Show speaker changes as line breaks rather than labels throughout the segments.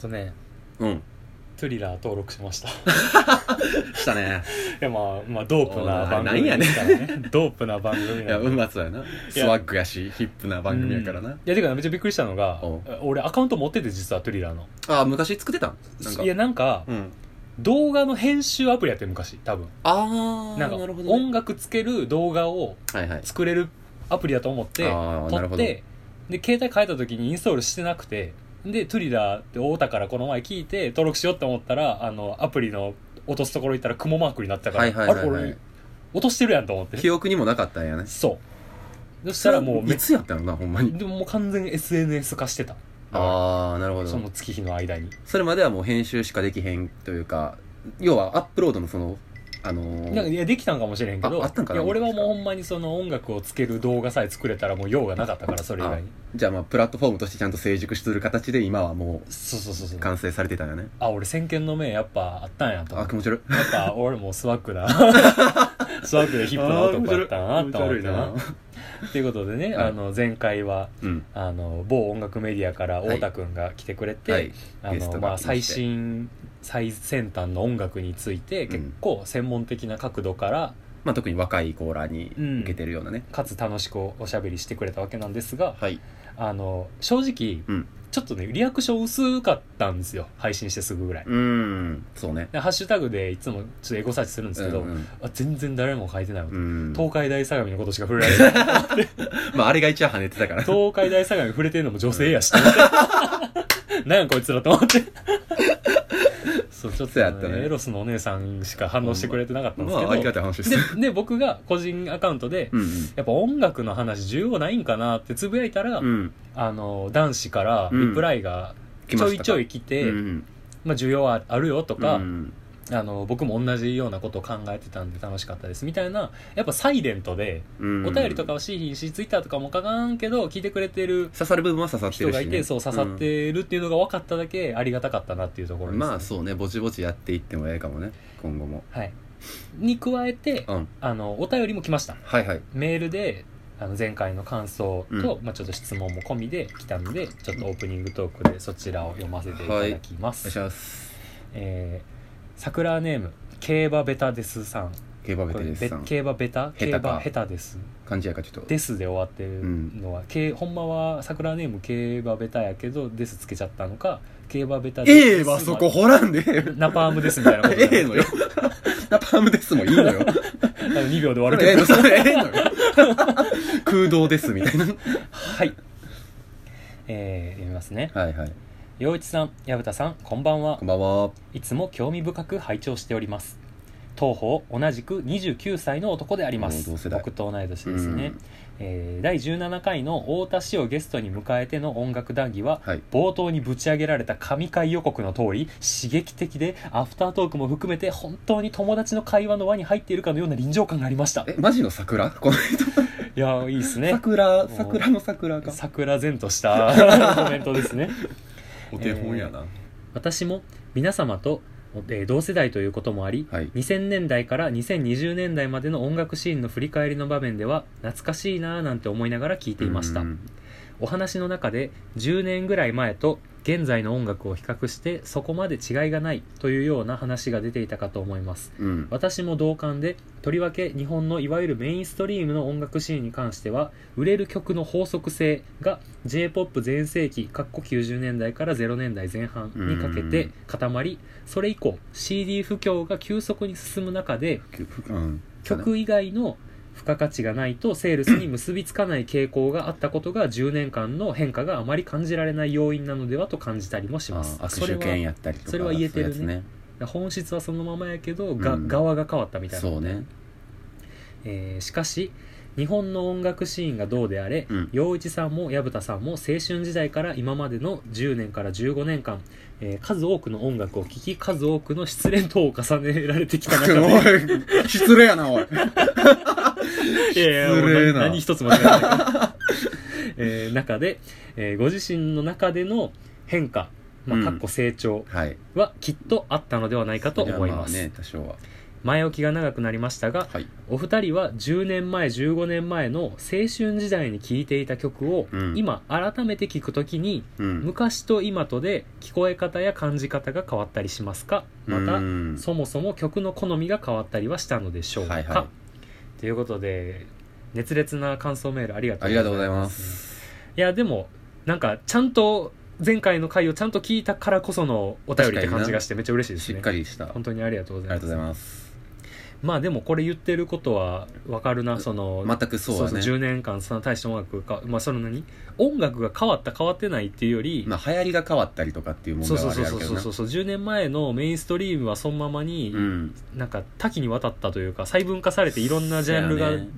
とね
うん
トゥリラー登録し ましたい
したね
やまあまあドープな番
おい
組
なんやねん
ですからねドープな番組
い
な
や
んで
うまそうやなスワッグやしヒップな番組やから
うん
ない
やてかめっちゃびっくりしたのが
おう
俺アカウント持ってて実はトゥリラーの
あ昔作ってたんなんか
いやなんか、
うん
動画の編集アプリやってる昔多分
ああ
なんか
なるほどね
音楽つける動画を
はいはい
作れるアプリだと思って
あーな
撮
る
っ
ほど
てで携帯変えた時にインストールしてなくてでトゥリラーって太田からこの前聞いて登録しようって思ったらあのアプリの落とすところ行ったら雲マークになってたから、
はいはいはい
あれ
は
俺
い
落としてるやんと思って
記憶にもなかったんやね
そうそしたらもうめ
いつやったのなほんまに
でももう完全に SNS 化してた
ああなるほ
その
ど
月日の間に
それまではもう編集しかできへんというか要はアップロードのそのあのー
なんかいやできたんかもしれんけど
ああったんか
い
な
や俺はもうほんまにその音楽をつける動画さえ作れたらもう用がなかったからそれ以外に
じゃあまあプラットフォームとしてちゃんと成熟してる形で今はも
そうそうそうそうう
完成されてたんやね
あ俺先見の明やっぱあったんやと思
あ
っ
気
て
持ち悪い
やっぱ俺もスワック なスワックでヒップな男やったなと思ってなということでね、
はい
あの前回は
うん
あの某音楽メディアから太田君が来てくれて、
はい
あ
ゲスト
の
が
まあ、
来て
最新最先端の音楽について
ん
結構専門的な角度から、
まあ特に若いコーラに受けてるようなね
かつ楽しくおしゃべりしてくれたわけなんですが
はい
あの正直、
うん
ちょっとねリアクション薄かったんですよ配信してすぐぐらい。
うーんそうね
でハッシュタグでいつもちょっとエゴサーチするんですけど、
うんうん
あ全然誰も書いてないわ、
うん
東海大相模のことしか触れられない
まああれが一応跳ねてたから
東海大相模触れてるのも女性やしと 思ってなんやこいつらと思 ってそうちょっと、
そうやったね
エロスのお姉さんしか反応してくれてなかったんです
ま
けど、
あありがたい話です
でで僕が個人アカウントで、
うん
やっぱ音楽の話需要ないんかなってつぶやいたら、
うんうん
あの男子から
うん
リプライがち
来ま
ょい
したか
ちょい来て、
うん
まあ、需要はあるよとか、
うん
あの僕も同じようなことを考えてたんで楽しかったですみたいなやっぱサイレントで
うん
お便りとかはしひんしツイッターとかも書かんけど聞いてくれてる
刺さる部分は刺さって
人
るし、
が
ね、
いてそう刺さってるっていうのが分かっただけありがたかったなっていうとこ
う
ろ
ん
です、
まあそうねぼちぼちやっていってもええかもね今後も
はい、に加えて
うん
あのお便りも来ました
はいはい
メールであの前回の感想と、
う
まあ、ちょっと質問も込みで来たのでちょっとオープニングトークでそちらを読ませていただきま
お
す、
願いします
えー桜ネーム競馬ベタですさん
競馬ベ
こ
テ
れ
レスさん
べ競馬ベタ
下
競
手か
馬下手です
感じやからちょっと
ですで終わってるのは、けほんまは桜ネーム競馬ベタやけどですつけちゃったのか競馬ベタです
ええわそこ掘らんでええよ
ナパームですみたいなこと
ええのよナパームですもいいのよ
2秒で終わる
ええ
けど
のそれええのよ空洞ですみたいな
はいえー、読みますね
はいはい
陽一さん薮田さんこんばんは
こんばんはい
つも興味深く拝聴しております当方同じく29歳の男であります
おー同世代
僕と同い年ですね、
うん
えー第17回の太田氏をゲストに迎えての音楽談義は
はい
冒頭にぶち上げられた神回予告の通り刺激的でアフタートークも含めて本当に友達の会話の輪に入っているかのような臨場感がありましたい
えマジの桜この人
やーいいですね
桜桜の桜か
桜然とした コメント ですね
お手本やな
私も皆様と、えー同世代ということもあり
はい
2000年代から2020年代までの音楽シーンの振り返りの場面では懐かしいなぁなんて思いながら聞いていました
うん
お話の中で10年ぐらい前と現在の音楽を比較してそこまで違いがないというような話が出ていたかと思います
うん
私も同感でとりわけ日本のいわゆるメインストリームの音楽シーンに関しては売れる曲の法則性が j p o p 全盛期かっこ90年代から0年代前半にかけて固まりそれ以降 CD 不況が急速に進む中で
うん
曲以外の付加価値がないとセールスに結びつかない傾向があったことが10年間の変化があまり感じられない要因なのではと感じたりもします
あー
そ
握
れ
手
は
券やったりとか
それは言えてるね
そういうやつ
本質はそのままやけど、が
うん
側が変わったみたいな
そうね
えーしかし日本の音楽シーンがどうであれ、
うん
陽一さんも薮田さんも青春時代から今までの10年から15年間、えー数多くの音楽を聴き数多くの失恋等を重ねられてきた 中で
おい失礼やなおい
いやいやもう
失礼
何
な
何一つ間違えない、 えー中で、えーご自身の中での変化、ま
う
あ、
ん
かっこ成長
はい
はきっとあったのではないかと思います、
それはあね多少は
前置きが長くなりましたが
はい
お二人は10年前15年前の青春時代に聴いていた曲を、
うん
今改めて聴くときに
うん
昔と今とで聞こえ方や感じ方が変わったりしますかまた、
うん
そもそも曲の好みが変わったりはしたのでしょうか、
はいは
ということで熱烈な感想メールありがと
あ
う
りがとうござい
ま
ますす
いやでもなんかちゃんと前回の回をちゃんと聞いたからこそのお便りって感じがしてめっちゃ嬉しいです
し
ね
っかりしたあ
本当にありがとうご
り
ざ
が
い
と
ま
う
す
ございます
まあでもこれ言ってることはわかるなその、
全くそうだね
10年間その大して音楽かまあその何音楽が変わった変わってないっていうより、
まあ流行りが変わったりとかっていう問
そう
題
そ
は
う
あ
そう
るや
そう
ろ
う
けど
そう
な
そう10年前のメインストリームはそのままに、
うん
なんか多岐にわたったというか細分化されていろんなジャンルが
そうやね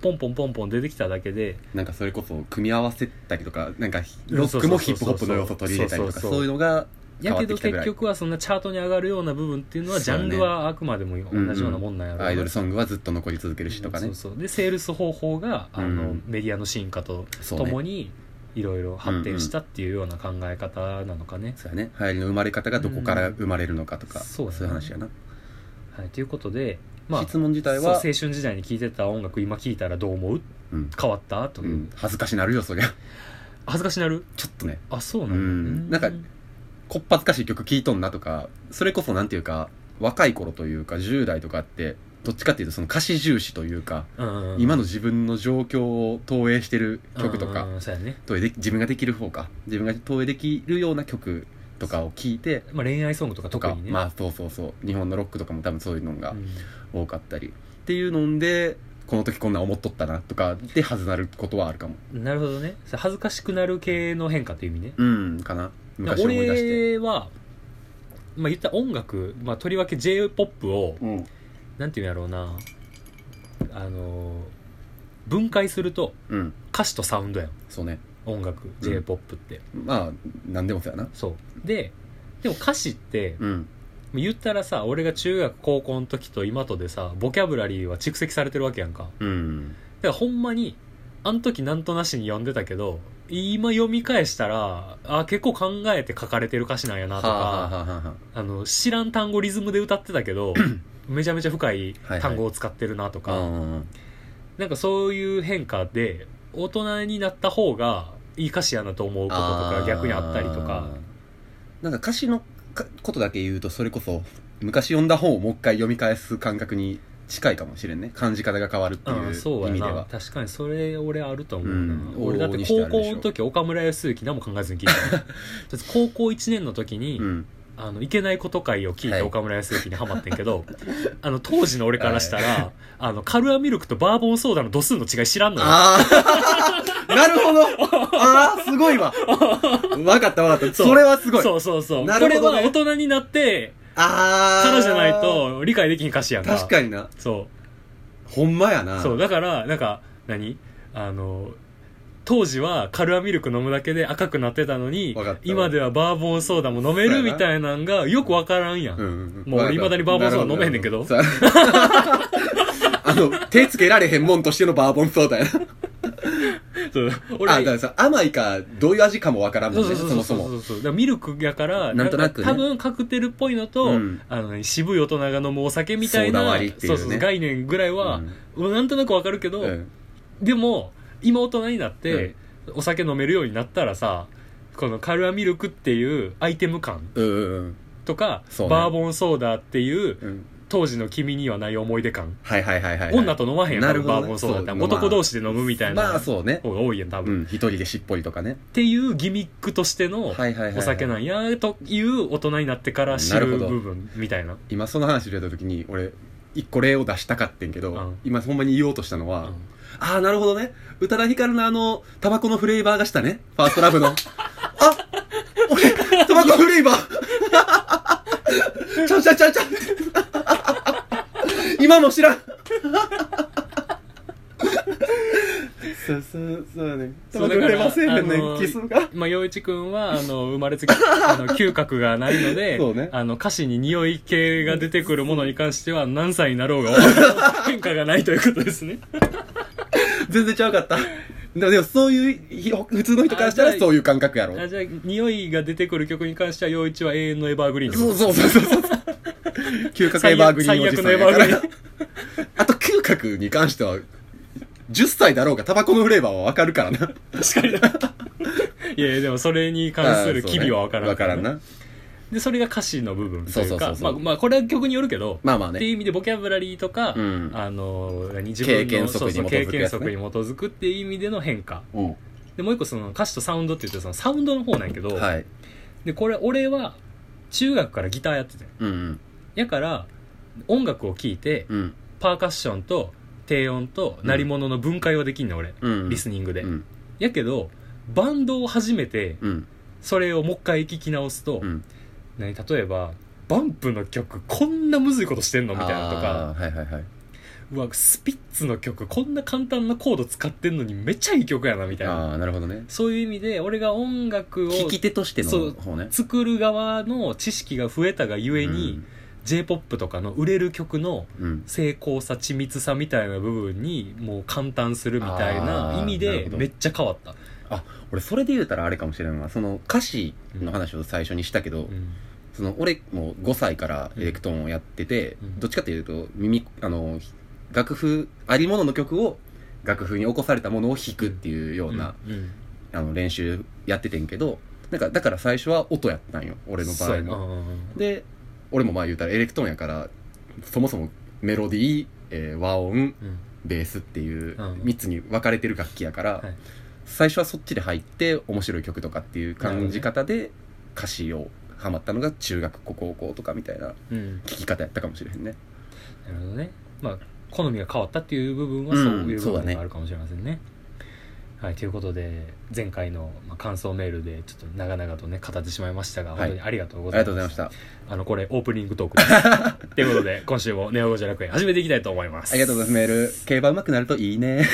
ポンポンポンポン出てきただけで
なんかそれこそ組み合わせたりとかなんか
うん
ロ
そうそ
ック
うそう
もヒップホップの要素取り入れたりと
そ
か
うそうそう
そういうのが
やけど
変わってきたぐら
結
い
局はそんなチャートに上がるような部分っていうのはジ
そう
ャ
やね
ンルはあくまでも同じようなもんなんやろうな
アイドルソングはずっと残り続けるしとか
そ
ね
うそうでセールス方法があの、
うん
メディアの進化と
そう
とも
ね
にいろいろ発展したっていうような考え方なのかね。
そうやね流行りの生まれ方がどこから生まれるのかとか
うん
そ
そうやね
ういう話やな
はい、ということで、まあ、
質問自体
そう青
は
春時代に聴いてた音楽今聴いたらどう思う
うん
変わったと
う
いう、
ん恥ずかしなるよそりゃ
恥ずかしなる
ちょっとね
あそうなん
う
だ、
んなんかこっぱずかしい曲聴いとんなとかそれこそなんていうか若い頃というか10代とかってどっちかっていうとその歌詞重視というか
うん
今の自分の状況を投影してる曲とか
うんそうやね、
投影でき自分ができる方か自分が投影できるような曲とかを聴いて
まあ、恋愛ソングとか
と
特
か、
にね
まあそうそうそう日本のロックとかも多分そういうのが
うん
多かったり、っていうのでこの時こんなん思っとったなとかではずなることはあるかも
なるほどねそれ恥ずかしくなる系の変化という意味ね
うんかな昔思い出し
俺
て
は、まあ、言ったら音楽、まあ、とりわけ j p o p を
うん
なんていうんやろうなあの分解すると
うん
歌詞とサウンドやん
そうね
音楽 j p o p って、
まあ何でもそうやな
そうででも歌詞って
うん
言ったらさ俺が中学高校の時と今とでさボキャブラリーは蓄積されてるわけやんかだか
うん
らほんまにあの時なんとなしに読んでたけど今読み返したらあ結構考えて書かれてる歌詞なんやな
は
と
あ
か
はあはあはあ
あの知らん単語リズムで歌ってたけ どめちゃめちゃ深い単語を使ってるなとか、
うん
なんかそういう変化で大人になった方がいい歌詞やなと思うこととか逆にあったりとか
なんか歌詞のかことだけ言うとそれこそ昔読んだ本をもう一回読み返す感覚に近いかもしれんね感じ方が変わるっていう
うん、そう
意味で
やな
は
確かにそれ俺あると思うな、
うん
俺だって
往々にして
高
あるでしょ
校の時岡村康之何も考えずに聞い たのだって高校1年の時に、
うん
あのいけないこと会を聞い
はい
た岡村康之にハマってんけ ど、あの当時の俺からしたら、あのカルアミルクとバーボンソーダの度数の違い知らんのよ
ああ なるほどああすごいわわかったわかった
そう
それはすごい
そうそうそう、
な
こ
る
れ
ほど
は
ね
大人になって
ああ
からじゃないと理解できん歌詞やんか
確かにな
そう
ほんまやな
そうだからなんか何あの当時はカルアミルク飲むだけで赤くなってたのに
わかった
今ではバーボンソーダも飲めるみたいなんがよくわからんやん、
うんうんうん
もう俺未だにバーボンソーダ飲めんねんけど
なるほそう あの手つけられへんもんとしてのバーボンソーダやな
そう
あだか
俺
らさ甘いかどういう味かもわからんも
そ
ん
うそ
ね
うそうそ
そ
う
もそ
そうそう
も
だからミルクやから
なんとなくね
多分カクテルっぽいのと、
うん
あの渋い大人が飲むお酒みたいな
ソーダ割りっていうね
そうそう概念ぐらいは、もうなんとなくわかるけど、
うん
でも今大人になって、お酒飲めるようになったらさこのカルアミルクっていうアイテム感
うんうん
とか、
そうね
バーボンソーダっていう
うんうん
当時の君にはない思い出感、
はいはいはいはいはい
女と飲まへんや、
なんるほど
バ
ね
ーボンソーダって
そう
男同士で飲むみたい
ま
な
あそうね
方が多いやん多
う
分、
ん一人でしっぽりとかね
っていうギミックとしての
はいはいはいはい
お酒なんやという大人になってから知る
なるほど
部分みたいな
今その話出た時に俺一個例を出したかってんけど、
うん
今ほんまに言おうとしたのは、
うん
ああなるほどね宇多田ヒカルのあのタバコのフレーバーがしたねファーストラブのあ俺タバコフレー バーちゃうちゃうちゃうちゃう 今も知らんそうそうそうだねタバコフレーバーせえへん
そうだからあ
ね
の
んキスが
まあ陽一君はあの生ま れつきあの嗅覚がないので
そうね
あの歌詞に匂い系が出てくるものに関しては何 歳になろうが変化がないということですね
全然ちゃうかったでもでもそういうひ普通の人からした
あ
ら
じゃあ
そういう感覚やろ
あじゃあ匂いが出てくる曲に関しては陽一は永遠のエバーグリーンってこ
そ
と
うそうそうそうそう嗅覚エバーグリーンおじさんやか
最悪のエバー
らあと嗅覚に関しては10歳だろうがタバコのフレーバーはわかるからな
確か にいやいやでもそれに関する機微は分からん
わからんな
でそれが歌詞の部分とい
そううそうそ
か
うそ
まあ
う
まあこれは曲によるけど、
まあまあ
っていう
ね
意味でボキャブラリーとか、
うん
あの何自
経験則に基づ
そう
くやつね
そう経験則に基づくっていう意味での変化
うん
でもう一個その歌詞とサウンドって言ってそのサウンドの方なんやけど、
はい
でこれ俺は中学からギターやってて
うんうん
やから音楽を聴いて
うん
パーカッションと低音と鳴り物の分解はできんの俺、
うん
リスニングで、
うん
やけどバンドを初めて
うん
それをもう一回聞き直すと、
うん
何例えばバンプの曲こんなむずいことしてんのみたいなとか
あーはいはいはいう
わスピッツの曲こんな簡単なコード使ってんのにめっちゃいい曲やなみたいな
ああなるほどね
そういう意味で俺が音楽を
聞き手として
そ
の
う
方ね
作る側の知識が増えたがゆえに、j p o p とかの売れる曲の
うんうん
精巧さ緻密さみたいな部分にもう簡単するみたいな
あー
意味
なる
で
ほど
めっちゃ変わった、
俺それで言うたらあれかもしれんわその歌詞の話を最初にしたけ
う
ど
ん
その俺も5歳からエレクトーンをやってて、
うん
どっちかというと耳あの楽譜ありものの曲を楽譜に起こされたものを弾くっていうような、
うん
あの練習やっててんけどなんかだから最初は音やったんよ俺の場合
そうやな
も
うん
で俺もまあ言うたらエレクトーンやからそもそもメロディー、えー和音
うん
ベースっていう
うん
3つに分かれてる楽器やから、
はい
最初はそっちで入って面白い曲とかっていう感じ方で歌詞をハマったのが中学高校とかみたいな
うん
聞き方やったかもしれへんね
なるほどねまあ好みが変わったっていう部分はそういう部
うんそうだ
分
ね
があるかもしれませんね,、はいということで前回のまあ感想メールでちょっと長々とね語ってしまいましたが、
はい
本当にありがとう
あ
ご
り
ざい
が
ま
と
す
うございましたあ
あのこれオープニングトークですということで今週も「ネオゴジャ楽園」始めていきたいと思います
りがとうございますメール競馬上手くなるといいね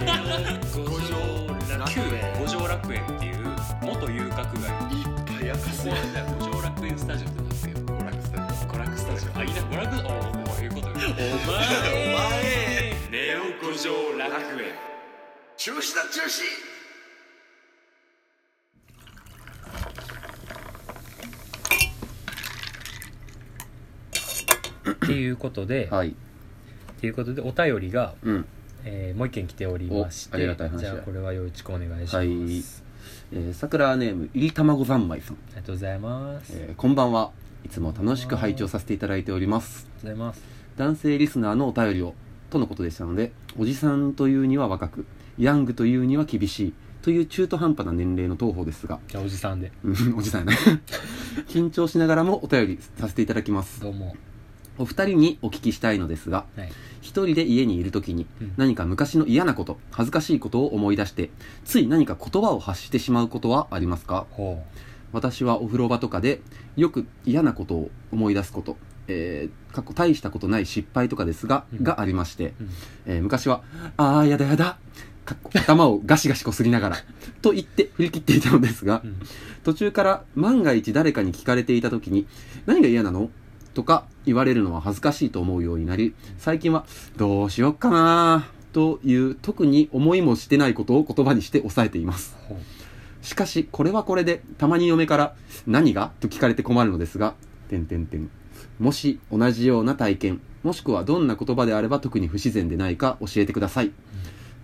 ネオ五条楽園。五条楽園。五条楽園っていう元遊郭街。いっぱいやかすやだ。五条楽園スタジオってなんですよ。娯楽スタジオ。娯楽スタジオ。あ、いいな、娯楽。おお、こういうこと。お前、お前。ネオ五条楽園。
中止だ中止
っていうことで、
はい
っていうことで、お便りが、
うん、
えー、もう一件来ておりまして。
おありがたい話
じ
だ
ゃあ、これは陽一くんお願いします。
はいえー、桜ネームいりたまご三昧さん、
ありがとうございます。ありが
えーこんばんはいつも楽しく拝聴させていただいております
とうございます。
男性リスナーのお便りをとのことでしたのでおじさんというには若くヤングというには厳しいという中途半端な年齢の当方ですが
じゃあ、おじさんで。
うんおじさん やな緊張しながらもお便りさせていただきます
どうも。
お二人にお聞きしたいのですが
はい。
一人で家にいる時に
うん
何か昔の嫌なこと恥ずかしいことを思い出してつい何か言葉を発してしまうことはありますか
ほ
私はお風呂場とかでよく嫌なことを思い出すこと、えー、過去大したことない失敗とかですが、
うん
がありまして、
うん
えー昔は「ああやだやだ」かっこ頭をガシガシこすりながら と言って振り切っていたのですが、
うん
途中から万が一誰かに聞かれていた時に「何が嫌なの?」とか言われるのは恥ずかしいと思うようになり最近は「どうしよっかな」という特に思いもしてないことを言葉にして抑えています
う。ほう。
しかし、これはこれで、たまに嫁から、何がと聞かれて困るのですが、てんてんてん。もし、同じような体験、もしくはどんな言葉であれば特に不自然でないか教えてください。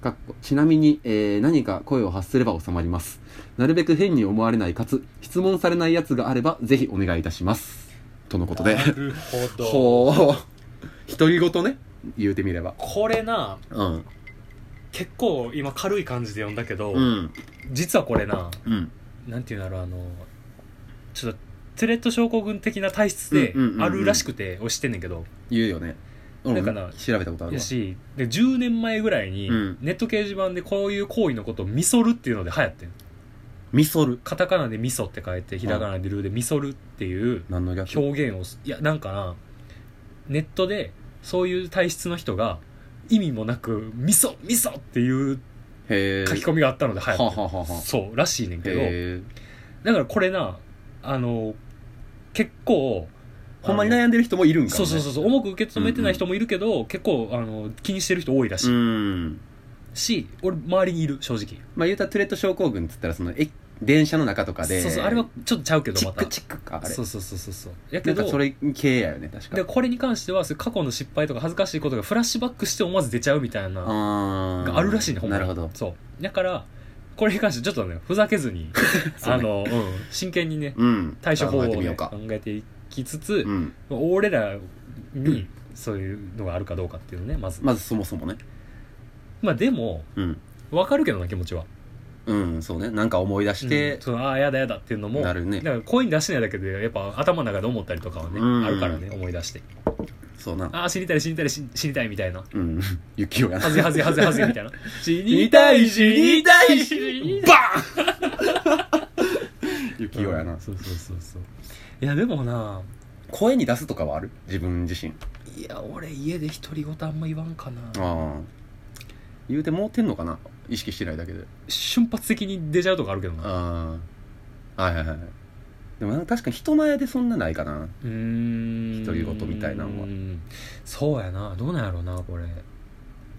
かっこちなみに、えー何か声を発すれば収まります。なるべく変に思われないかつ、質問されないやつがあれば、ぜひお願いいたします。とのことで
な。るほど。
ほう。独り言ね。言うてみれば。
これな、
うん。
結構今軽い感じで読んだけど、
うん。
実はこれな、
うん。
なんていうんだろう、あの、ちょっと、トゥレット症候群的な体質で
うんうんうんうん
あるらしくて、押してんねんけど、
言うよね。俺も
だから
調べたことある
や
わ。
し、で、10年前ぐらいに
うん、
ネット掲示板でこういう行為のことをミソルっていうので流行ってん。
ミソル。
カタカナでミソって書いて、ひらがなでルーでミソルっていう
何の略
表現をす、いや、なんかな、ネットでそういう体質の人が、意味もなく、ミソ、ミソっていう
へえ。
書き込みがあったので流行ってん
ははははは。
そうらしいねんけど
へ
だからこれなあの結構
ほんまに悩んでる人もいるんか
そう
もね
そうそうそう重く受け止めてない人もいるけど、結構あの気にしてる人多いらしい、
うん
し俺周りにいる正直
まあ言うたらトゥレット症候群っつったらそのえ電車の中とかで
そうそうあれはちょっとちゃうけど
チ
ま
ッ
た
クチックかあれ
そうそうそうそうそうや
な
け
んか
ど
それ系やよね確か
でこれに関してはそういう過去の失敗とか恥ずかしいことがフラッシュバックして思わず出ちゃうみたいな
あー
があるらしいねほんま
な
に
るほど
そうだからこれに関してちょっとねふざけずに、
そう
あ
ね
の、うん、真剣にね
うん
対処法を
考え
ね、
てみようか
考えていきつつ
う、ん
俺らにそういうのがあるかどうかっていうのねまず、ま
まずそもそもね
あでも
うん
分かるけどな気持ちは
うんそうねなんか思い出して、
うんそのああやだやだっていうのも
なるね
だから声に出してないだけでやっぱ頭の中で思ったりとかはね、
うん
あるからね思い出して
そうな
ああ死にたい死にたい死に死にたいみたいな
うん 雪をやな
はずいはずいはずいはずいみたい な死
にたい死にたい
死に
バーン 雪をやな、
そうそうそうそういやでもな
声に出すとかはある自分自身
いや俺家で独り言あんま言わんかな
ああ言うてもうてんのかな意識してないだけで
瞬発的に出ちゃうとかあるけどな
ああはいはいはいでもなんか確かに人前でそんなないかな
うーん
独り言みたいなんは
うんそうやなどうなんやろうなこれ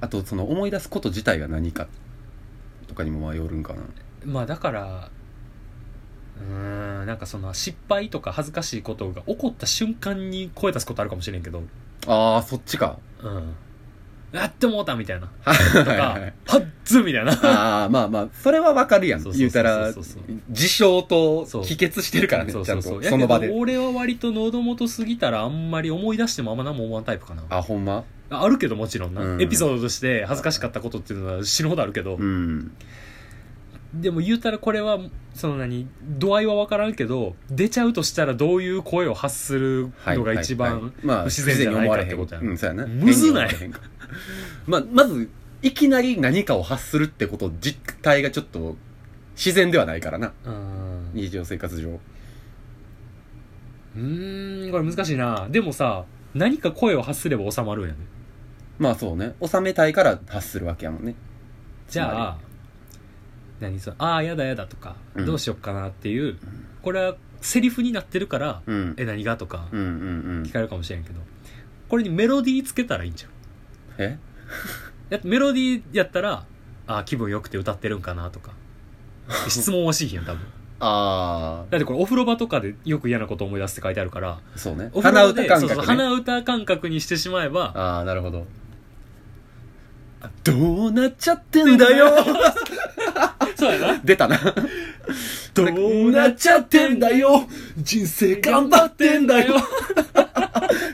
あとその思い出すこと自体が何かとかにも迷るんかな
まあだからうーんなんかその失敗とか恥ずかしいことが起こった瞬間に声出すことあるかもしれんけど
ああそっちか
うんやってもうたみたいな
はい
とか
はい
は
はい
っつみたいな
ああまあまあそれはわかるやん
そうそ
言
う
う
そ
た
う
ら
そうそう
事象と
そう
帰結してるからねち
そ
ゃ
うんそう
と
そう
その場
やけど
で
俺は割と喉元過ぎたらあんまり思い出してもあんま何も思わんタイプかなあ
あほんま
るけどもちろんな、
うん
エピソードとして恥ずかしかったことっていうのは死ぬほどあるけど、
うん
でも言うたらこれはその何度合いは分からんけど出ちゃうとしたらどういう声を発するのが一
はいはい
番
まあ
不自然じゃないかってことやな
うんそうやな
むずない
変に思われへんかまあまずいきなり何かを発するってこと実態がちょっと自然ではないからな
うん
日常生活上
うーんこれ難しいなでもさ何か声を発すれば収まるんやね
まあそうね収めたいから発するわけやもんね
じゃあ何そのああやだやだとか、
うん
どうしよっかなっていうこれはセリフになってるから
うん
え何がとか
うんうんうん
聞かれるかもしれんけどこれにメロディーつけたらいいんじゃん
え
だってメロディーやったらああ気分よくて歌ってるんかなと か質問はしいやん多分
あ
だってこれお風呂場とかでよく嫌なこと思い出すって書いてあるから
あそうね
お風
鼻
呂場
歌
で
感覚、
そう
ね、
そう鼻歌感覚にしてしまえ ば
ああなるほどどうなっちゃってんだよ
そうやな
出 たなどうなっちゃってんだよ人生頑張ってんだよ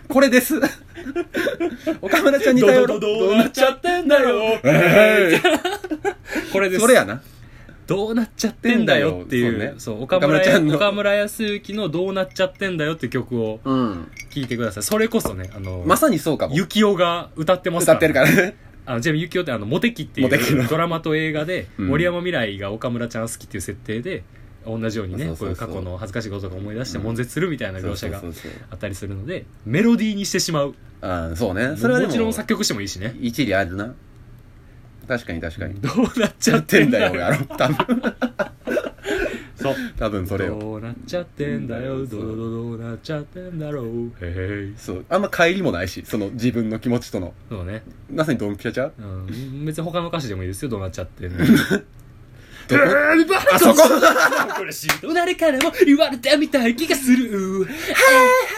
これです 岡村ちゃんに
ど
頼
ど
ろ
ど
う
どうなっ ちゃってんだよ
えー
これです
それやな
どうなっちゃってんだよってい
そう
う
ね
そう岡村
岡村ちゃんの
岡村康之の「どうなっちゃってんだよ」っていう曲を
うん
聴いてくださいそれこそねあの、
まさにそうかも
ゆきおが歌ってます
歌ってるからね
あのちなみにゆきおってあのモテキってい
モテキの
うドラマと映画で、
うん
森山未来が岡村ちゃん好きっていう設定で同じようにね
そうそうそう
こういう過去の恥ずかしいこととか思い出して悶絶するみたいな描写が
そうそうそう
あったりするのでメロディーにしてしまう
そうあーそうねそれはで
も
も
ちろん作曲してもいいしね
一理あるな確かに確かに
どうなっち
や
ゃっ
って
て
ん
ん
だ
だ
よ
よ
やろ多分
そう
多分それを
どうなっちゃってんだよど
そう
うどうどうなっちゃってんだろうへい
そうあんま帰りもないしその自分の気持ちとの
そうね、
まさにドンピシャちゃう
うん、別に他の歌詞でもいいです よどうなっちゃってんだよ
どこ
あ
あそこ
苦しいと誰からも言われてみたい気がするはい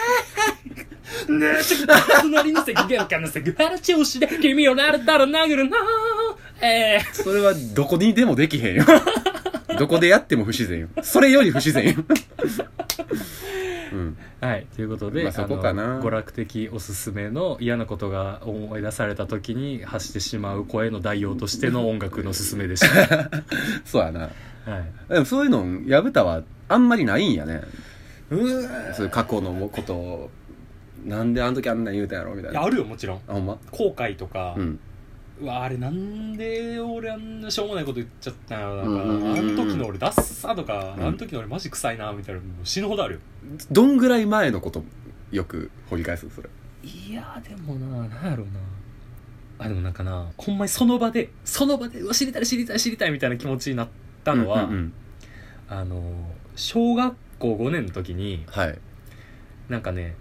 はいはいねえちょっと隣の席玄関の席腹調子で君をなれたら殴るなええ
それはどこにでもできへんよ どこでやっても不自然よそれより不自然よ うん
はいということで、
まあそこかな
あの娯楽的おすすめの嫌なことが思い出された時に発してしまう声の代用としての音楽のすすめで した、
そうやな
はい、
でもそういうの薮田はあんまりないんやね
う
そういう過去のことをなんであの時あんなん言うたんやろみたいなあ
あるよもちろん
ほんま
後悔とか、
うん
うわあれなんで俺あんなしょうもないこと言っちゃったの
うんうんうんうん
なんかあの時の俺ダッサとか、
うん
あの時の俺マジ臭いなみたいなもう死ぬほどあるよ
どんぐらい前のことよく掘り返すそれ
いやでもななんやろうなあでもなんかなほんまにその場でその場でうわ知りたい知りたい知りたいみたいな気持ちになったのは、
うんうんうん
あの小学校5年の時に
はい
なんかね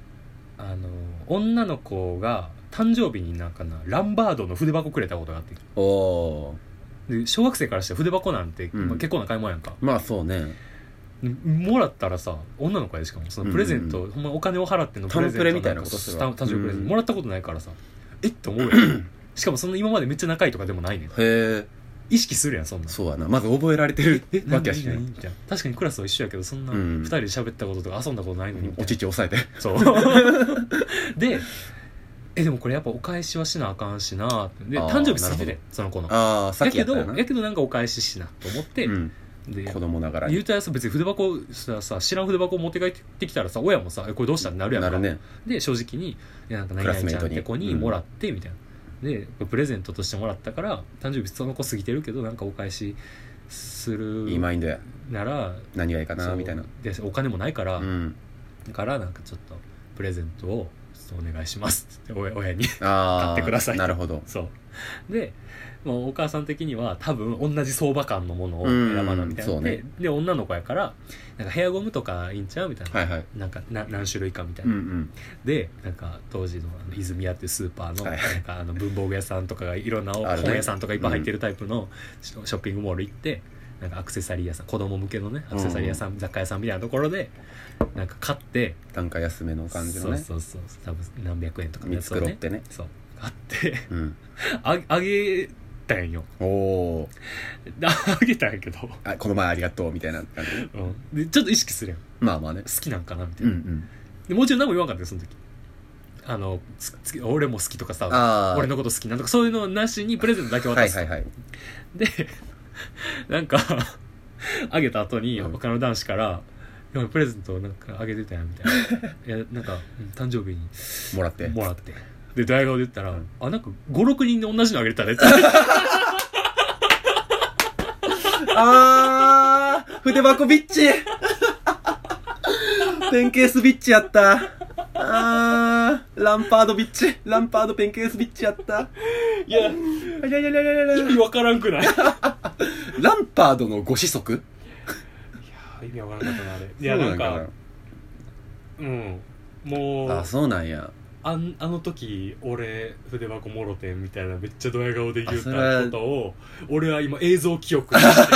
あの女の子が誕生日になんかなランバードの筆箱くれたことがあって
おお
で小学生からして筆箱なんて、
うん
まあ結構な買い物やんか
まあそうね
もらったらさ女の子やでしかもそのプレゼント、ほんまお金を払ってのプレゼント
誕プレみたいなことするわ
誕誕生日プレゼント、
うん
もらったことないからさえっと思うやん しかもその今までめっちゃ仲いいとかでもないねん
へえ
意識するやんそんなん
そうやなまず覚えられてる
え
わけやしね
何何みたいな確かにクラスは一緒やけどそんな
うん
2人で喋ったこととか遊んだことないのにみたい
お
な
ちち押さえて
そう でえでもこれやっぱお返しはしなあかんしなってで
あー
誕生日過ぎて
なる
てその子の
ああさっ
や
きや
け
った
ど
よな
やけどなんかお返ししなと思って、
うん、
で
子供ながら
言
に
うたらさ別に筆箱ささ知らん筆箱持って帰ってきたらさ親もさえこれどうしたってなるやん
な
か
るね
で正直にいやなんか何
クラス
々
メ
ち
イ
ゃん
ト
っ
に
て子にもらってみたいな、でこれプレゼントとしてもらったから誕生日その子過ぎてるけどなんかお返しす
いい
る
マインドや
なら
何がいいか
そ
な
う
みたいな
でお金もないから、
うん
だからなんかちょっとプレゼントをちょっとお願いしますって親親に
ああ
買ってください
なるほど
そうでもうお母さん的には多分同じ相場感のものを選ばなみたいな
うんそう
で、
ね
で女の子やからなんかヘアゴムとかいいんちゃうみたいな、
はいはい
なんかな何種類かみたいうな、
ん
でなんか当時のあの泉屋っていうスーパーの
は
ないんかあの文房具屋さんとかがいろんな
あるね
本屋さんとかいっぱい入ってるタイプのショショッピングモール行ってなんかアクセサリー屋さん子供向けのねアクセサリー屋さん、雑貨屋さんみたいなところでなんか買って
うん単価安めの感じのね
そうそうそう多分何百円とかの
見
やつを
繕っ
ね
てね
そう買って
うん
ああげたんよ
おおー
ああげたんやけど、
あこの前ありがとうみたいな感じね
うん、でちょっと意識するやん好
まあまあね
きなんかなみた
う
い
んう
な、
ん
でもちろん何も言わんかったよその時あのつつ俺も好きとかさ
ああ
俺のこと好きなんとかそういうのなしにプレゼントだけ
は
渡
い
す、
はいはい
でなんかあげた後に
うん
他の男子から「いやプレゼントなんかあげてたやん」みたいな「いやなんかうん誕生日に
もらって
もらってで大学で言ったら「あなんか56人で同じのあげてたね」って
あー筆箱ビッチ ペンケースビッチやったあーランパードビッチランパードペンケースビッチやった
いや
ありゃりゃりゃりゃり
意
ゃ
味わからんくないいや
ランパードのご子息
意味わからんかった なあれいやなんかうんもう
あそうなんや
あんあの時俺筆箱もろてんみたいなめっちゃドヤ顔で言う
あそれは
たことを俺は今映像記憶にし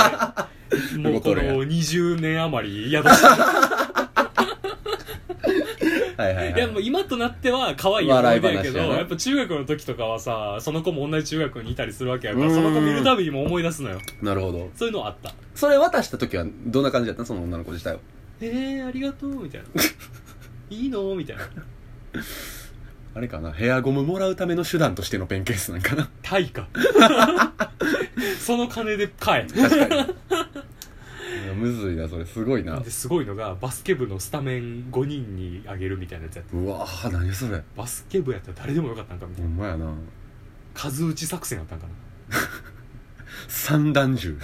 て もうこの20年余り宿 して
はいはい
いやもう
い
今となっては可愛い思い出やけど
笑い話やな
やっぱ中学の時とかはさその子も同じ中学にいたりするわけやか
う
ら
ん
その子見るたびにも思い出すのよ
なるほど
そういうのはあった
それ渡した時はどんな感じだったその女の子自体は
えー、ありがとうみたいないいのみたいな
あれかなヘアゴムもらうための手段としてのペンケースなんかな
対 価その金で買え
確かにいやむずいなそれすごいな
ですごいのがバスケ部のスタメン5人にあげるみたいなやつやって
うわー何それ
バスケ部やったら誰でもよかったんかみた
ほ
いなん
まやな
数打ち作戦やったんかな
三段銃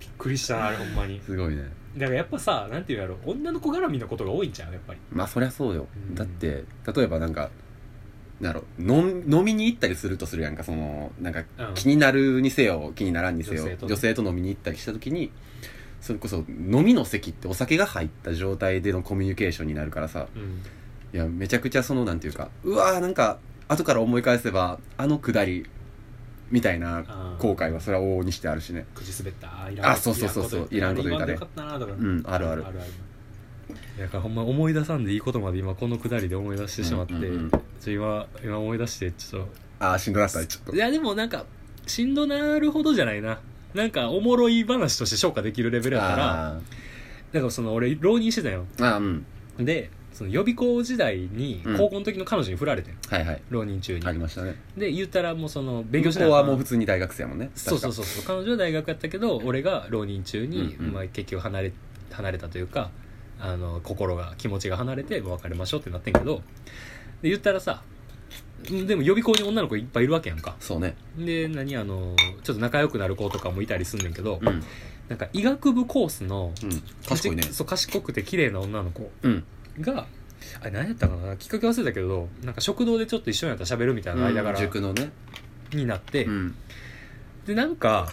びっくりしたなあれほんまに
すごいね
だからやっぱさなんていうんやろ女の子絡みのことが多いんちゃうやっぱり
まあそりゃそうよ、
うん
だって例えばなんかなんやろ飲み飲みに行ったりするとするやんかそのなんか
うん
気になるにせよ気にならんにせよ
女
女
性
性
と
と,、
ね
飲みに行ったりした時にそれこそ飲みの席ってお酒が入った状態でのコミュニケーションになるからさ
うん
いやめちゃくちゃそのなんていうかうわーなんか後から思い返せばあのくだりみたいな
あー
後悔はそれは往々にしてあるしね
口滑ったい
あそうそうそうそう
いらん
いらん
こ
こと
言ったなとか
うんあるある
あるだからほんま思い出さんでいいことまで今このくだりで思い出してしまって、
うんうんうん
ちょ今今思い出してちょっ
ああしんどなったちょっと
といやでもなんかしんどなるほどじゃないななんかおもろい話として消化できるレベルやったら
あ
だからその俺浪人してたよ
ーあーうん
でその予備校時代に
うん
高校の時の彼女に振られてん、
はいはい
浪人中に
ありましたね
で言ったらもうその勉
勉
強
強
し
し
ない
はもう普通に大学生やもんね
そうそう
そ
そうそう彼女は大学やったけど俺が浪人中に、
うんうん
まあ、結局離れ離れたというかあの心が気持ちが離れてもう別れましょうってなってんけどで言ったらさでも予備校に女の子いっぱいいるわけやんか
うそうね
で何あのちょっと仲良くなる子とかもいたりすんねんけど、
うん
なんか医学部コースの
うん賢いね
そう賢くて綺麗な女の子
うん
があれ何やったかなきっかけ忘れたけどなんか食堂でちょっと一緒になったら喋るみたいな間柄
塾のね
になって、
うん
でなんか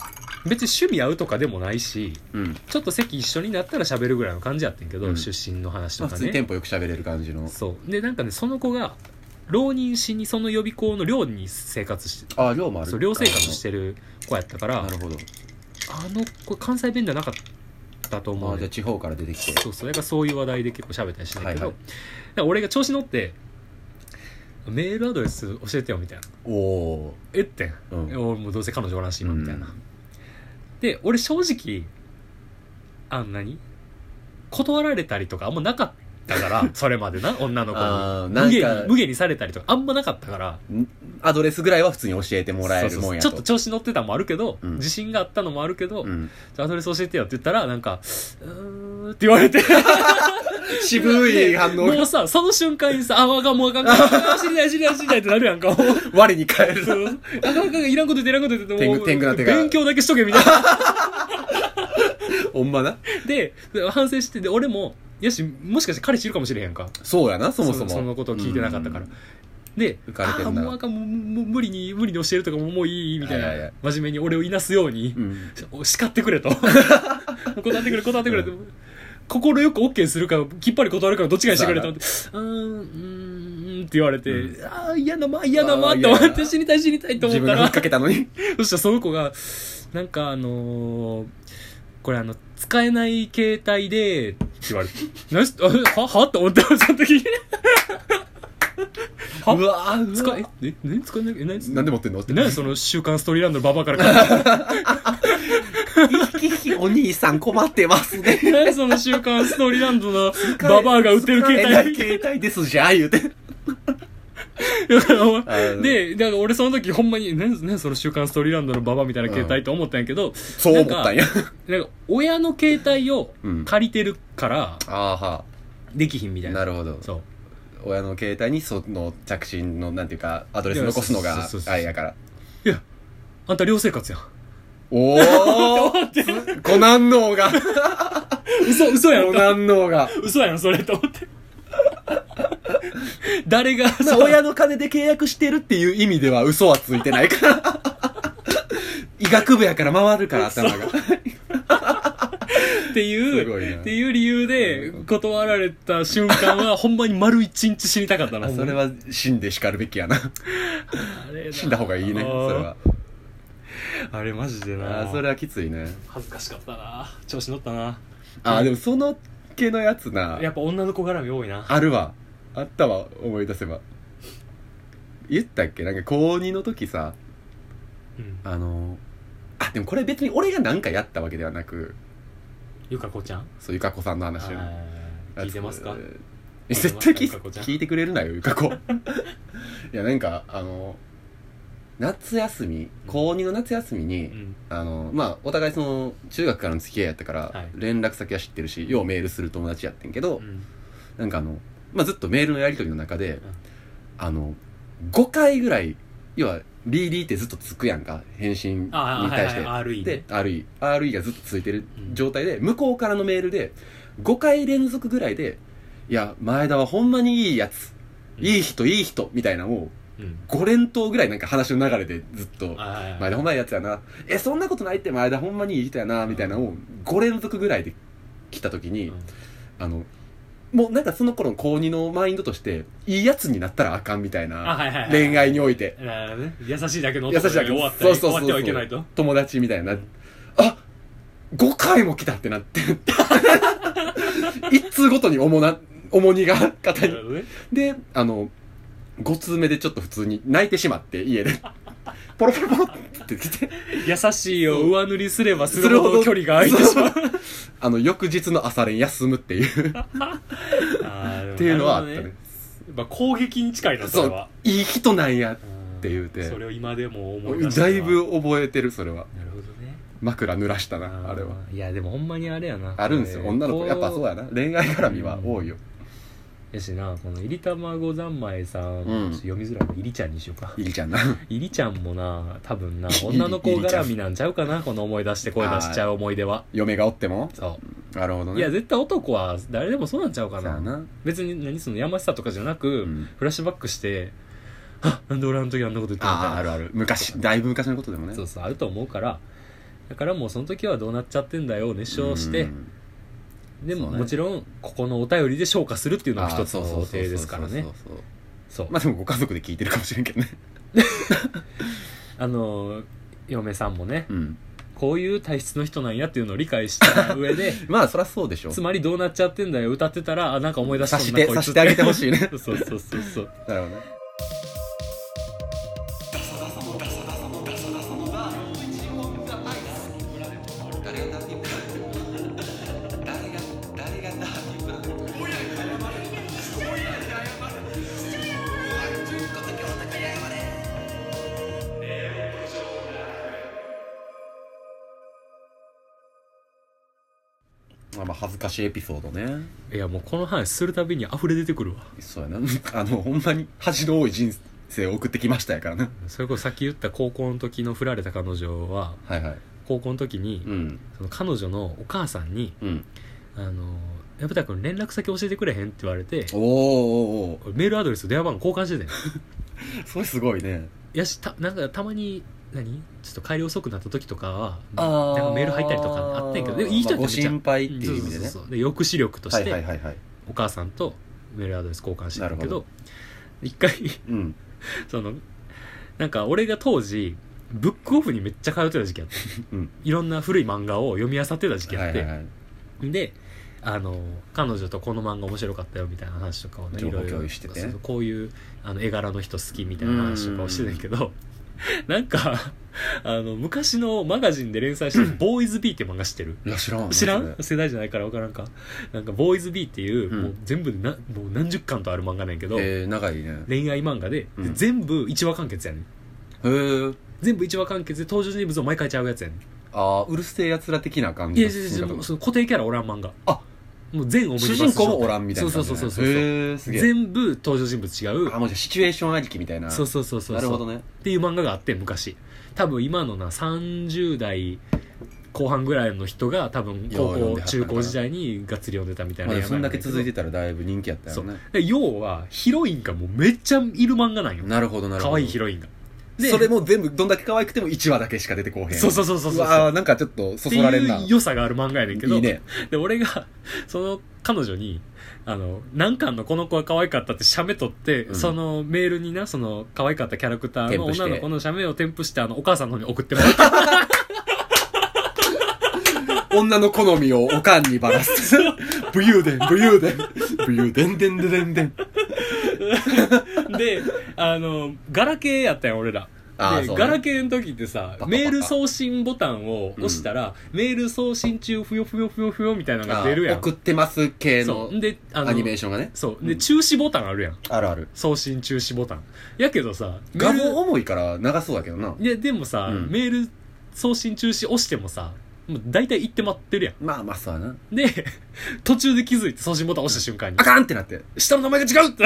別に趣味合うとかでもないし
うん
ちょっと席一緒になったら喋るぐらいの感じやってんけど、
うん
出身の話
ま
とか
あ普
ね、
通にテンポよく喋れる感じの
そうでなんかねその子が浪人しにその予備校の寮に生活して
ああ量もある
そう寮生活してる子やったから
なるほど
あの子関西弁じゃなかったと思う
ああじ
ね
ゃあ地方から出てきて
そうそうだからそういう話題で結構喋ったりしてないけど、
はいは
だから俺が調子乗ってメールアドレス教えてよみたいな
おお
えって、
うん
俺もうどうせ彼女おらんし今みたいな、
うん
で俺正直あんなに断られたりとかあんまなかったから それまでな女の子
あー
に
な
無
んか
下に無下にされたりとかあんまなかったから
ーんアドレスぐらいは普通に教えてもらえるもんや
そうそうそうち
と
ょっと調子乗ってたのもあるけど、
うん
自信があったのもあるけど、
うん、
アドレス教えてよって言ったらなんか「うーん」って言われて
渋い反応
もうさ、その瞬間にさ、あ、わかん、もうあかん、あ知りたい、知りたい、知りたいってなるやんか。もう
我に返る
そうあかん、あかん、いらんこと言って、いらんこと言って、もう、
天狗天狗な手が
勉強だけしとけ、みたいな。
ほん まな
で、反省して、で、俺も、よし、もしかして彼氏いるかもしれへんか。
そうやなそもそも
のそのことを聞いてなかったから
うん。
で、
浮かれて
あ
るな
もうあかん、もうもう無理に、無理に教えるとかももういい、みたい
はいはいは。
ない真面目に俺をいなすように
う、ん
お叱ってくれ と。もう断ってくれ、断ってくれと。心よく OK するか、きっぱり断るか、どっちかにしてくれと思って、うーん、うーんって言われて、
う
ああ、嫌なま、嫌なま
あ
っ
ー
て思っ
嫌
て、
だ
知りたい知りたいと思
自
っ
分
た
がふ
ら、
っかけたのに
そしたらその子が、なんかあのーこれあの、使えない携帯で、って言われて、 何し、あははって思ったその時。は
うわーうわー
使え、え、何使えないえ、何
なんで持ってんのって
何やその週刊ストーリーランドのババアから
お兄さん困ってますね
何その週刊ストーリーランドの ババアが売ってる携
使えない
帯
携帯 ですじゃあ言うて
だからお前
あの
で、だから俺その時ほんまに、ね、ね、その週刊ストーリーランドのババみたいな携帯と思ったんやけど、
そう思ったんや
なんか親の携帯を
うん
借りてるから、
あーは
できひんみた
ー
いな。
なるほど
そう。
親の携帯にその着信のなんていうかアドレス残すの
いやそう
が
そうそうそう
あれやから
いや、あんた寮生活やん。
お おコナン脳がコ
嘘、嘘やんか。
ナン脳が
嘘やん、それと思って。誰 が
まあ
さ、
親の金で契約してるっていう意味では嘘はついてないから医学部やから回るから頭が
って
すごい
いう、
な
っていう理由で断られた瞬間は、ほんまに丸一日死にたかったな。
あ
ほんまに
それ、は死んでしかるべきやな
あれな
死んだ方がいいねそれは。
あれマジで
あ
な。
ーそれはきついね
恥ずかしかったな。調子乗ったな。
あーでもその系のやつな
やっぱ女の子絡み多いな。
あるわあったわ思い出せば言ったっけなんか高2の時さ
うん。
あのあでもこれ別に俺が何かやったわけではなく
ゆかこちゃん。
そうゆかこさんの話を
はい聞いてますか
えー絶対聞い聞いてくれるなよゆ かこいやなんかあの夏休み高2の夏休みに、
うん。
あのまあお互いその中学からの付き合いやったから、
はい
連絡先は知ってるしようメールする友達やってんけど、
うん。
なんかあの、まあ、ずっとメールのやり取りの中で、
ん
あの5回ぐらい要は DD ってずっとつくやんか返信に
ああ、はい
対して、
はい。RE ね。
で RE, RE がずっとついてる
うん
状態で、向こうからのメールで5回連続ぐらいで「いや前田はほんまにいいやつ
うん
いい人いい人」みたいなのを
うん。
5連投ぐらいなんか話の流れでずっと
あはいは
「
い
前田ほんまいいやつやな」「えそんなことないって前田ほんまにいい人やな」みたいなのを5連続ぐらいで来た時に、
うん
あのもうなんかその頃の高2のマインドとしていいやつになったらあかんみたい
あはいはいは
ない恋愛において
なるほどね優しいだけの
優
男
しいだ
で
け
終わった
そう
り
そ
終わ
うそ
っては
うそ
いけないと
う。友達みたいなあ5回も来たってなって 一通ごとに重な重荷が肩
な
に
るほどね。
であの5通目でちょっと普通に泣いてしまって家でポロポロポロって来て
優しいを上塗りすればするほど距離が空いてしまう。
あの翌日の朝練休むっていう
っ
っていうのはあった
や
ね
っぱ攻撃に近いな、そ
そ
れ
う
は。
いい人なんや
って
言うて
それを今でも思い出した
だいぶ覚えてるそれは
なるほどね
枕濡らしたなあれは
ーいやでもほんまにあれやな
あるんですよ
これ
女の子やっぱそうやな恋愛絡みは多いよ
やしなこのいりたまご三昧さん、
うん
ちょっと読みづらいからいりちゃんにしようか
いりちゃんな
いりちゃんもな多分 な
り
女の子絡みなんちゃうかなこの思い出して声出しちゃう思い出は
嫁がおっても
そ
なるほど
う、
ね
いや絶対男は誰でもそうなんちゃうか
そうや
な
な
別に何そのやましさとかじゃなく、
ん
フラッシュバックして「あなんで俺あの時あんなこと言ったの?」み
あ
た
あ
い
あるある昔だいぶ昔のことでも
な
ね
そうそうあると思うからだからもうその時はどうなっちゃってんだよを熱唱して、
うん
でも、
そうね
もちろんここのお便りで消化するっていうの
あ
が
ー
一つ
そ
の
うそう
想
そう
定
そう
ですからね
そうそうそう
そう
まあでもご家族で聞いてるかもしれんけどね
あのー嫁さんもね
うん
こういう体質の人なんやっていうのを理解した上 で
まあそりゃそうでしょ
つまりどうなっちゃってんだよ歌ってたらあなんか思い出した
察して察してあげてほしいね
そうそうそうそう
なるほどねまあまあ恥ずかしいエピソードね
いやもうこの話するたびに溢れ出てくるわ
そうやな あのほんまに恥の多い人生を送ってきましたやからな
それこそさっき言った高校の時の振られた彼女は
はいはい
高校の時に、
うん
その彼女のお母さんに
うん
「あの矢蓋君連絡先教えてくれへん?」って言われて
おーおーおー
俺メールアドレスと電話番号交換してたんや
それすごいね
やしたなんかたまに何ちょっと帰り遅くなった時とかは
あ
なんかメール入ったりとかあってんけどでもいい人やった
ご心配っていう意
そう
味でね
そうそうで抑止力とし
はい
て
はいはいはい
お母さんとメールアドレス交換してたけど
なるほど
一回
うん
そのなんか俺が当時ブックオフにめっちゃ通ってた時期あって、
うん
いろんな古い漫画を読み漁ってた時期あ
は
っ
い
て、
はいはい
であの彼女とこの漫画面白かったよみたいな話とかをね
情報
いろいろ
共有してて
そうそうこういうあの絵柄の人好きみたいな話とかをしてたけど なんかあの昔のマガジンで連載してる「ボーイズ・ビー」って漫画知ってる
いや知らん
知ら
それ
ん世代じゃないから分からんかなんか「ボーイズ・ビー」っていう,、
うん
もう全部でなもう何十巻とある漫画なんやけど、
えー、長いねへ
恋愛漫画で,で、
うん
全部一話完結やねん
え
全部一話完結で登場人物を毎回ちゃうやつやねん
ああうるせえやつら的な感
い
じ
や
の
いや
進
い
み
や
方
もうその固定キャラおらん漫画
あ
もう全オムニバス
主人公もおらんみたいな
そ
感
う
じ
そう
だね
そうそうそう
へえすげえ
全部登場人物違う
あもうじゃあシチュエーションありきみたいな
そうそうそうそう
なるほどね
っていう漫画があって昔多分今のな30代後半ぐらいの人が多分
よう
高
読ん
校
ではったん
中
だ
高時代にがっつり読んでたみたい
ま
な
あ、
やば
そ
い
ん
な
だ
んだ
け
けど
続いてたらだいぶ人気やったよね
で要はヒロインがもうめっちゃいる漫画なんよ
なるほどなるほど
可愛いヒロインが
それも全部どんだけ可愛くても1話だけしか出てこうへん
そうそうそうそうそう
わあなんかちょっとそ
って
そられんな
いう良さがある漫画やねんけど
いいね
で俺がその彼女にあの何巻のこの子が可愛かったって写メ撮って、
うん
そのメールになその可愛かったキャラクターの
添付して
女の子の写メを添付してあのお母さんの方に送ってもらった
女の好みをおかんにば らす武勇伝武勇伝武勇伝伝伝伝伝
であのガラケーやったんよ俺ら
あー
で、
そうね
ガラケーの時ってさ
パカパカ
メール送信ボタンを押したら、メール送信中ふよふよふよふよみたいなのが出るやん
送ってます系の
そうであの
アニメーションがね
そうで中止ボタンあるやん
あるある
送信中止ボタンやけどさメ
画
ール
も重いから長そうだけどない
やでもさ、
うん
メール送信中止押してもさもう大体行って待ってるや
まあまあそうやなん
で 途中で気づいて送信ボタン押した瞬間に
あかんってなって
下の名前が違うっ て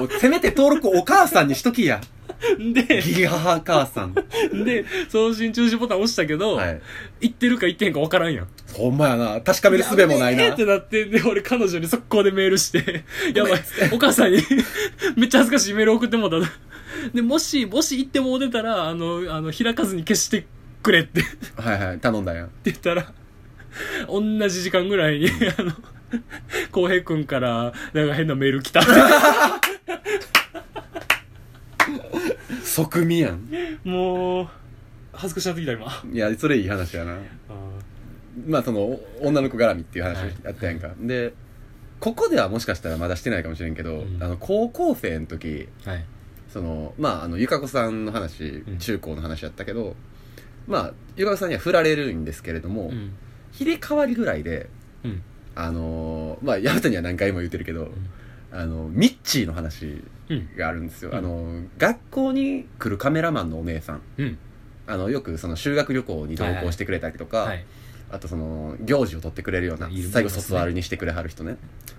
おせめて登録お母さんにしとき や
で
義理母母さん
で送信中止ボタン押したけど、
はい
行ってるか行ってへんか分からんやん
ほんまやな確かめる術もない
やべえっ
な
てなってで俺彼女に速攻でメールして「やばいお母さんにめっちゃ恥ずかしいメール送ってもらった」でもしもし行ってもうてたらあのあの開かずに消してくれって
はいはい頼んだんや
って言ったら、同じ時間ぐらいに、あの、浩平くんから、なんか変なメール来た。
即見やん
もう、恥ずかしなってきた、今。あ
いやそれいい話やな
ー
まあその女の子絡みっていう話あったやんか、でここではもしかしたらまだしてないかもしれんけど、
うん
あの高校生の時
はい。
そのまああのゆかこさんの話
うん
中高の話やったけど、まあゆかこさんには振られるんですけれど
う
も、
ん。
入れ替わりぐらいで
うん。
あのーまあ矢端には何回も言ってるけど、
ん
あのミッチーの話
うん。
があるんですよ、
うん
あの学校に来るカメラマンのお姉さん
うん。
あのよくその修学旅行に同行してくれたりとか、
はい。
あとその行事を取ってくれるようない
る
最後卒アルにしてくれはる人ね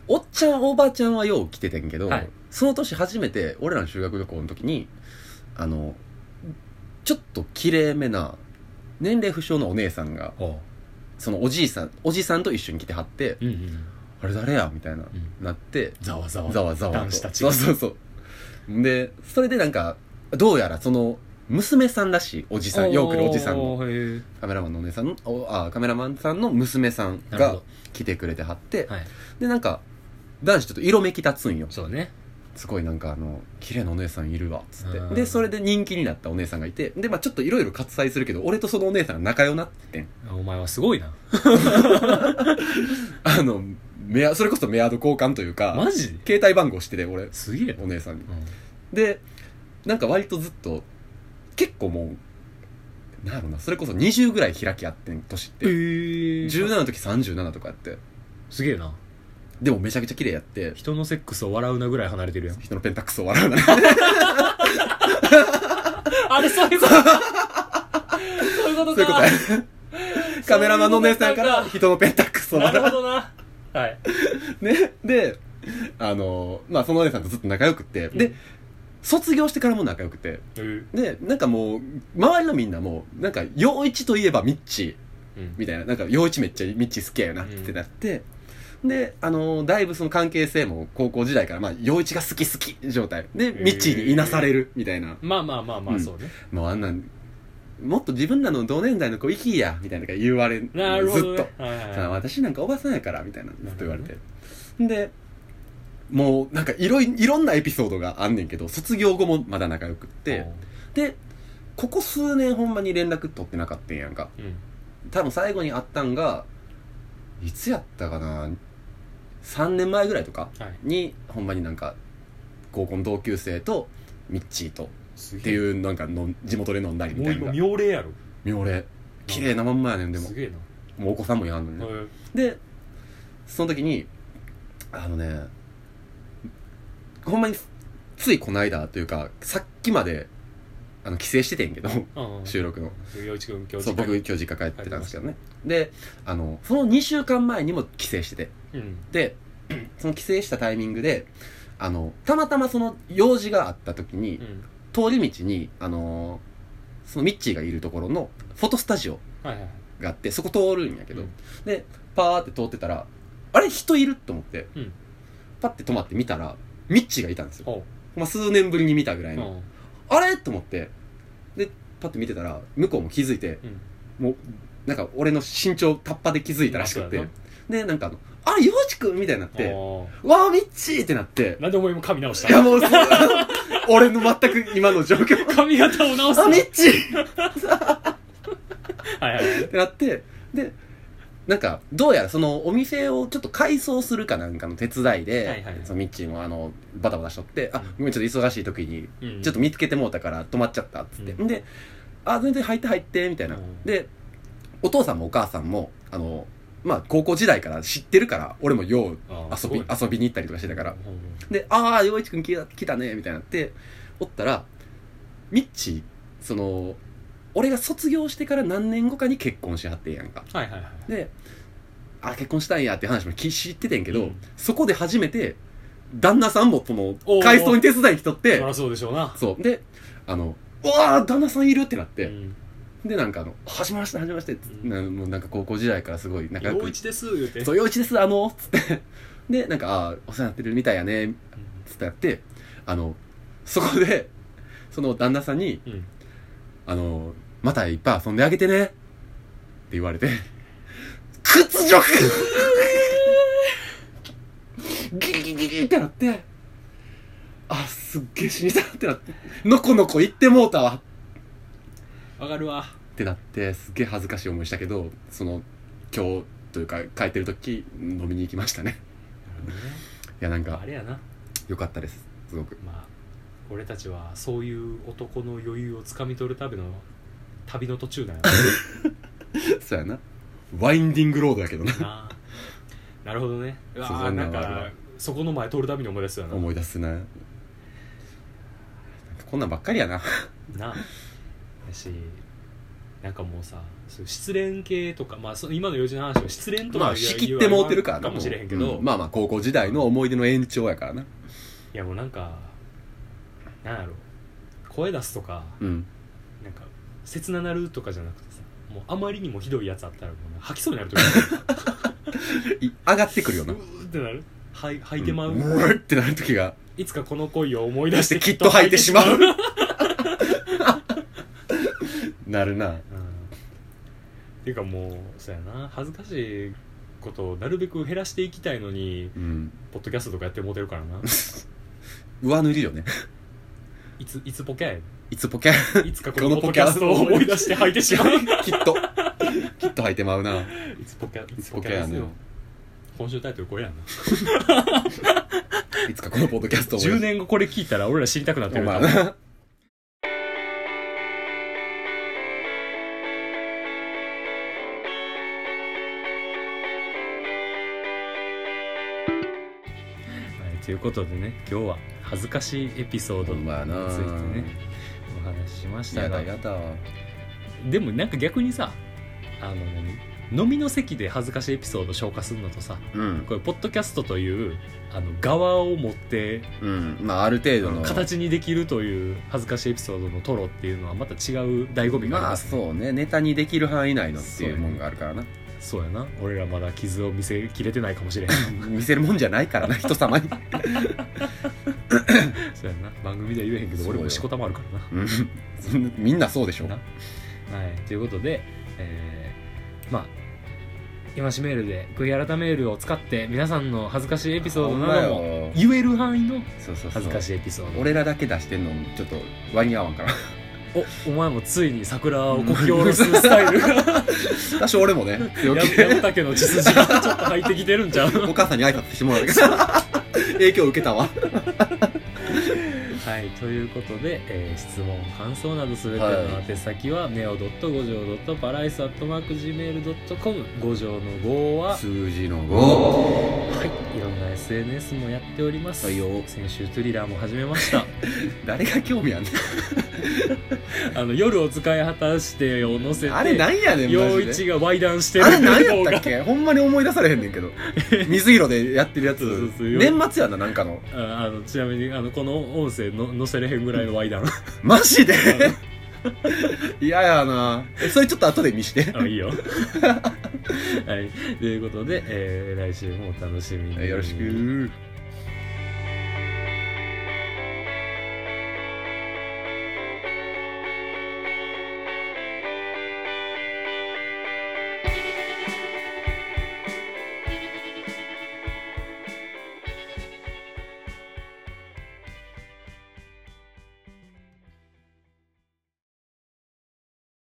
おっちゃんおばあちゃんはよう来ててんけど、
はい
その年初めて俺らの修学旅行の時にあのちょっときれいめな年齢不詳のお姉さんが
お
そのおじいさんおじさんと一緒に来てはって
うんうん。
「あれ誰や?」みたいな、
ん
なって
ざわざわ。
ざわざわと
男子たち
そ
が
うそうそうでそれでなんかどうやらその娘さんらしいおじさんよく来るおじさんの
おーへー
カメラマンのお姉さんのおあカメラマンさんの娘さん
なるほ
が
ど
来てくれてはって、
はい
でなんか男子ちょっと色めき立つんよ
そうね
すごいなんかあの綺麗なお姉さんいるわっつって
うん
でそれで人気になったお姉さんがいてでまあちょっといろいろ割愛するけど俺とそのお姉さんが仲良なってん
お前はすごいな
あのメアそれこそメアド交換というか
マジ
携帯番号してて俺
すげえな
お姉さんに
うん
でなんか割とずっと結構もうなんやろなそれこそ20ぐらい開きあってん年っ
え
て
ー
17の時37とかやって
すげえな
でもめちゃくちゃ綺麗やって
人のセックスを笑うなぐらい離れてるやん
人のペンタックスを笑うな
あれそういうことそういうこと
そういうことやカメラマンのお姉さんから人のペンタックスを
な
笑
る
う
ほどなはい
ね、で、あの、まあ、そのお姉さんとずっと仲良くて、
う
で
ん、
卒業してからも仲良くて、
うん
で、なんかもう、周りのみんなも、なんか、陽一といえばミッチーみたいな、なんか、陽一めっちゃミッチー好きやよなってなって、で、あの、だいぶその関係性も高校時代から、まあ、陽一が好き好き状態。で、ミッチーにいなされるみたいな、
まあまあまあま
う
あ
ん
そうね
もうあんなん、もっと自分らの同年代の子、生きや、みたいなのが言われる
なるほど
ずっと
ね。はいはい
さ
は
あ私なんかおばさんやからみたいなずっと言われ
な
てでもうなんかいろいいろんなエピソードがあんねんけど卒業後もまだ仲良くっ
い
てでここ数年ほんまに連絡取ってなかったんやんか
うん
多分最後に会ったんがいつやったかな3年前ぐらいとか
はい
にほんまになんか高校の同級生とミッチーと
す
っ
げ
て
え
いうなんかの地元で飲んだりみ
も
た
う
い
今
な
妙齢やろ
妙齢綺麗なまんまやねんでも
すげえな
もうお子さんもやんのにね
うん
でその時にあのねほんまについこの間というかさっきまであの帰省しててんけど
うん
収録の
陽一君今日
そう
時間
僕今日実家帰ってたんですけどねであのその2週間前にも帰省してて
うん
で その帰省したタイミングであのたまたまその用事があった時に
うん
通り道にあのそのミッチーがいるところのフォトスタジオ
はいはいはい
があってそこ通るんやけど、
うん
でパーって通ってたらあれ人いると思って、
うん
パッて止まって見たらミッチーがいたんですよ、
おう
まあ、数年ぶりに見たぐら
う
い
ん
の、あれと思ってでパッて見てたら向こうも気づいて
うん
もうなんか俺の身長タッパで気づいたらしく
ま
て
あ
でなんかあの「あれ陽一くん!」みたいになって
お
「わあミッチー!」ってなって
うなんでお前も髪直し
いや
た
もうそう 俺の全く今の状 況
髪型を直す
あ
の
ミッチー
はいはいはい
ってなってでなんかどうやらそのお店をちょっと改装するかなんかの手伝いで、
はいはいはい
そのミッチーもあのバタバタしとって「あごめんちょっと忙しい時に
うん
ちょっと見つけてもうたから止まっちゃった」っつって、
うん
で「あ全然入って入って」みたいな、
うん
でお父さんもお母さんもあのまあ高校時代から知ってるから俺もよう
あーす
遊
ごい
び遊びに行ったりとかしてたから
うんうん
で「ああ陽一君来た来たね」みたいになっておったらミッチーその俺が卒業してから何年後かに結婚しはってんやんか
はいはいはい
であ結婚したんやって話もき知っててんけ
う
ど、
ん
そこで初めて旦那さんもその
おー
改装に手伝いに来とっ
そ
て
りゃそうでしょうな
そうであの「うわー旦那さんいる!」ってなって、
うん
でなんかあの「始めまして始めまして」
ん
なもうなんか高校時代からすごい仲良
陽
く
一です言うて
そう陽一ですあの」つってでなんか「あーお世話になってるみたいやね」つってやってあのそこでその旦那さんに
うんうん
「あのまたいっぱい遊んであげてね」って言われて屈辱ギリギリギリってなってあすっげえ死にたってなってのこのこ言ってもうたわ
わかるわ
ってなってすっげえ恥ずかしい思いしたけどその今日というか帰ってる時飲みに行きましたねいやなん
あ
か
れやな
良かったですすごく
まあ俺たちはそういう男の余裕をつかみ取るための旅の途中だよ
そうやなワインディングロードやけどな
ななるほどねうわ
そう
ー
そんな
なんん
はあるわ
かそこの前通るたびに思い出すよな
思い出すななんかこんなんばっかりやな
なだしなんかもうさそういう失恋系とか、まあ、その今の用事の話は失恋とか
まあ仕切ってもうてるからな
かもしれへんけど、
うまあまあ高校時代の思い出の延長やからない
やもうなんかなんやろ声出すとか
うん
なんか切ななるとかじゃなくてさもうあまりにもひどいやつあったらもう吐きそうになるとか
い上がってくるよ
う
な
ーってなるはい吐いてまう、
んうわってなる時が
いつかこの恋を思い
出
出
し
してて
きっと吐いてしまう なるな
っていうかもうそうやな恥ずかしいことをなるべく減らしていきたいのに
うん
ポッドキャストとかやってもうてるから な
上塗りよね
いついつポケや
いつポ ケ
いつかこのポッドキャストを思い出して吐いてしま う
きっときっと履いてまうない
つポケい
い
つ
つ
ポ
ポ
ケ
ケ
で
や
す
ね
よ今週タイトルこれやない
つかこのポッドキャストを
10年後これ聞いたら俺ら知りたくなって
お
る
前な
はい、ということでね今日は恥ずかしいエピソード
ほ
に
ん
つ
まやな
てねお話ししました
や
が
だやだ
でもなんか逆にさあの何飲みの席で恥ずかしいエピソード消化するのとさ
うん
これポッドキャストというあの側を持って
うんまあある程度の
形にできるという恥ずかしいエピソードのトロっていうのはまた違う醍醐味があり
ま
ま
あ
す、
そうねネタにできる範囲内のっていうもんがあるからな
そうやな俺らまだ傷を見せきれてないかもしれへ ん
見せるもんじゃな いからな人様に
そうやな番組では言えへんけど俺もしこたまあるからな
うんそんなみんなそうでしょ
なはい、ということで、えーまあ今しメールで悔い改めールを使って皆さんの恥ずかしいエピソードなど
ほんま
も
よ
言える範囲の
そうそうそう
恥ずかし
い
いエピソード
俺らだけ出してんのちょっと割に合わん から
おお前もついに桜をこき下ろすスタイ ルが
多少俺 もね強気
山山竹の血筋がちょっと入ってきてるんちゃう
お母さんに挨拶してもらうだ け影響受けたわ
はいということで、えー質問感想などすべて
はい
の宛先は、ネオドット五条ドットパライスアットマーク Gmail.com 五条の5は
数字の
はい、いろんな SNS もやっております。
はいよ
先週トリラーも始めました。
5誰が興味あんね
あの夜を使い果たしてを載せて、
んあれなんやねんマ
陽
ジで
一が歪談してる
あれ何や
動
った
画
っ。けほんまに思い出されへんねん けど水色でやってるやつ
そうそうそう
年末やななんかの
ああのちなみにあのこの音声の載せれへんぐらいの歪 談。
マジで 嫌やなえそれちょっと後で見して
あいいよ。 はい、ということで、えー来週もお楽しみに。
よろしく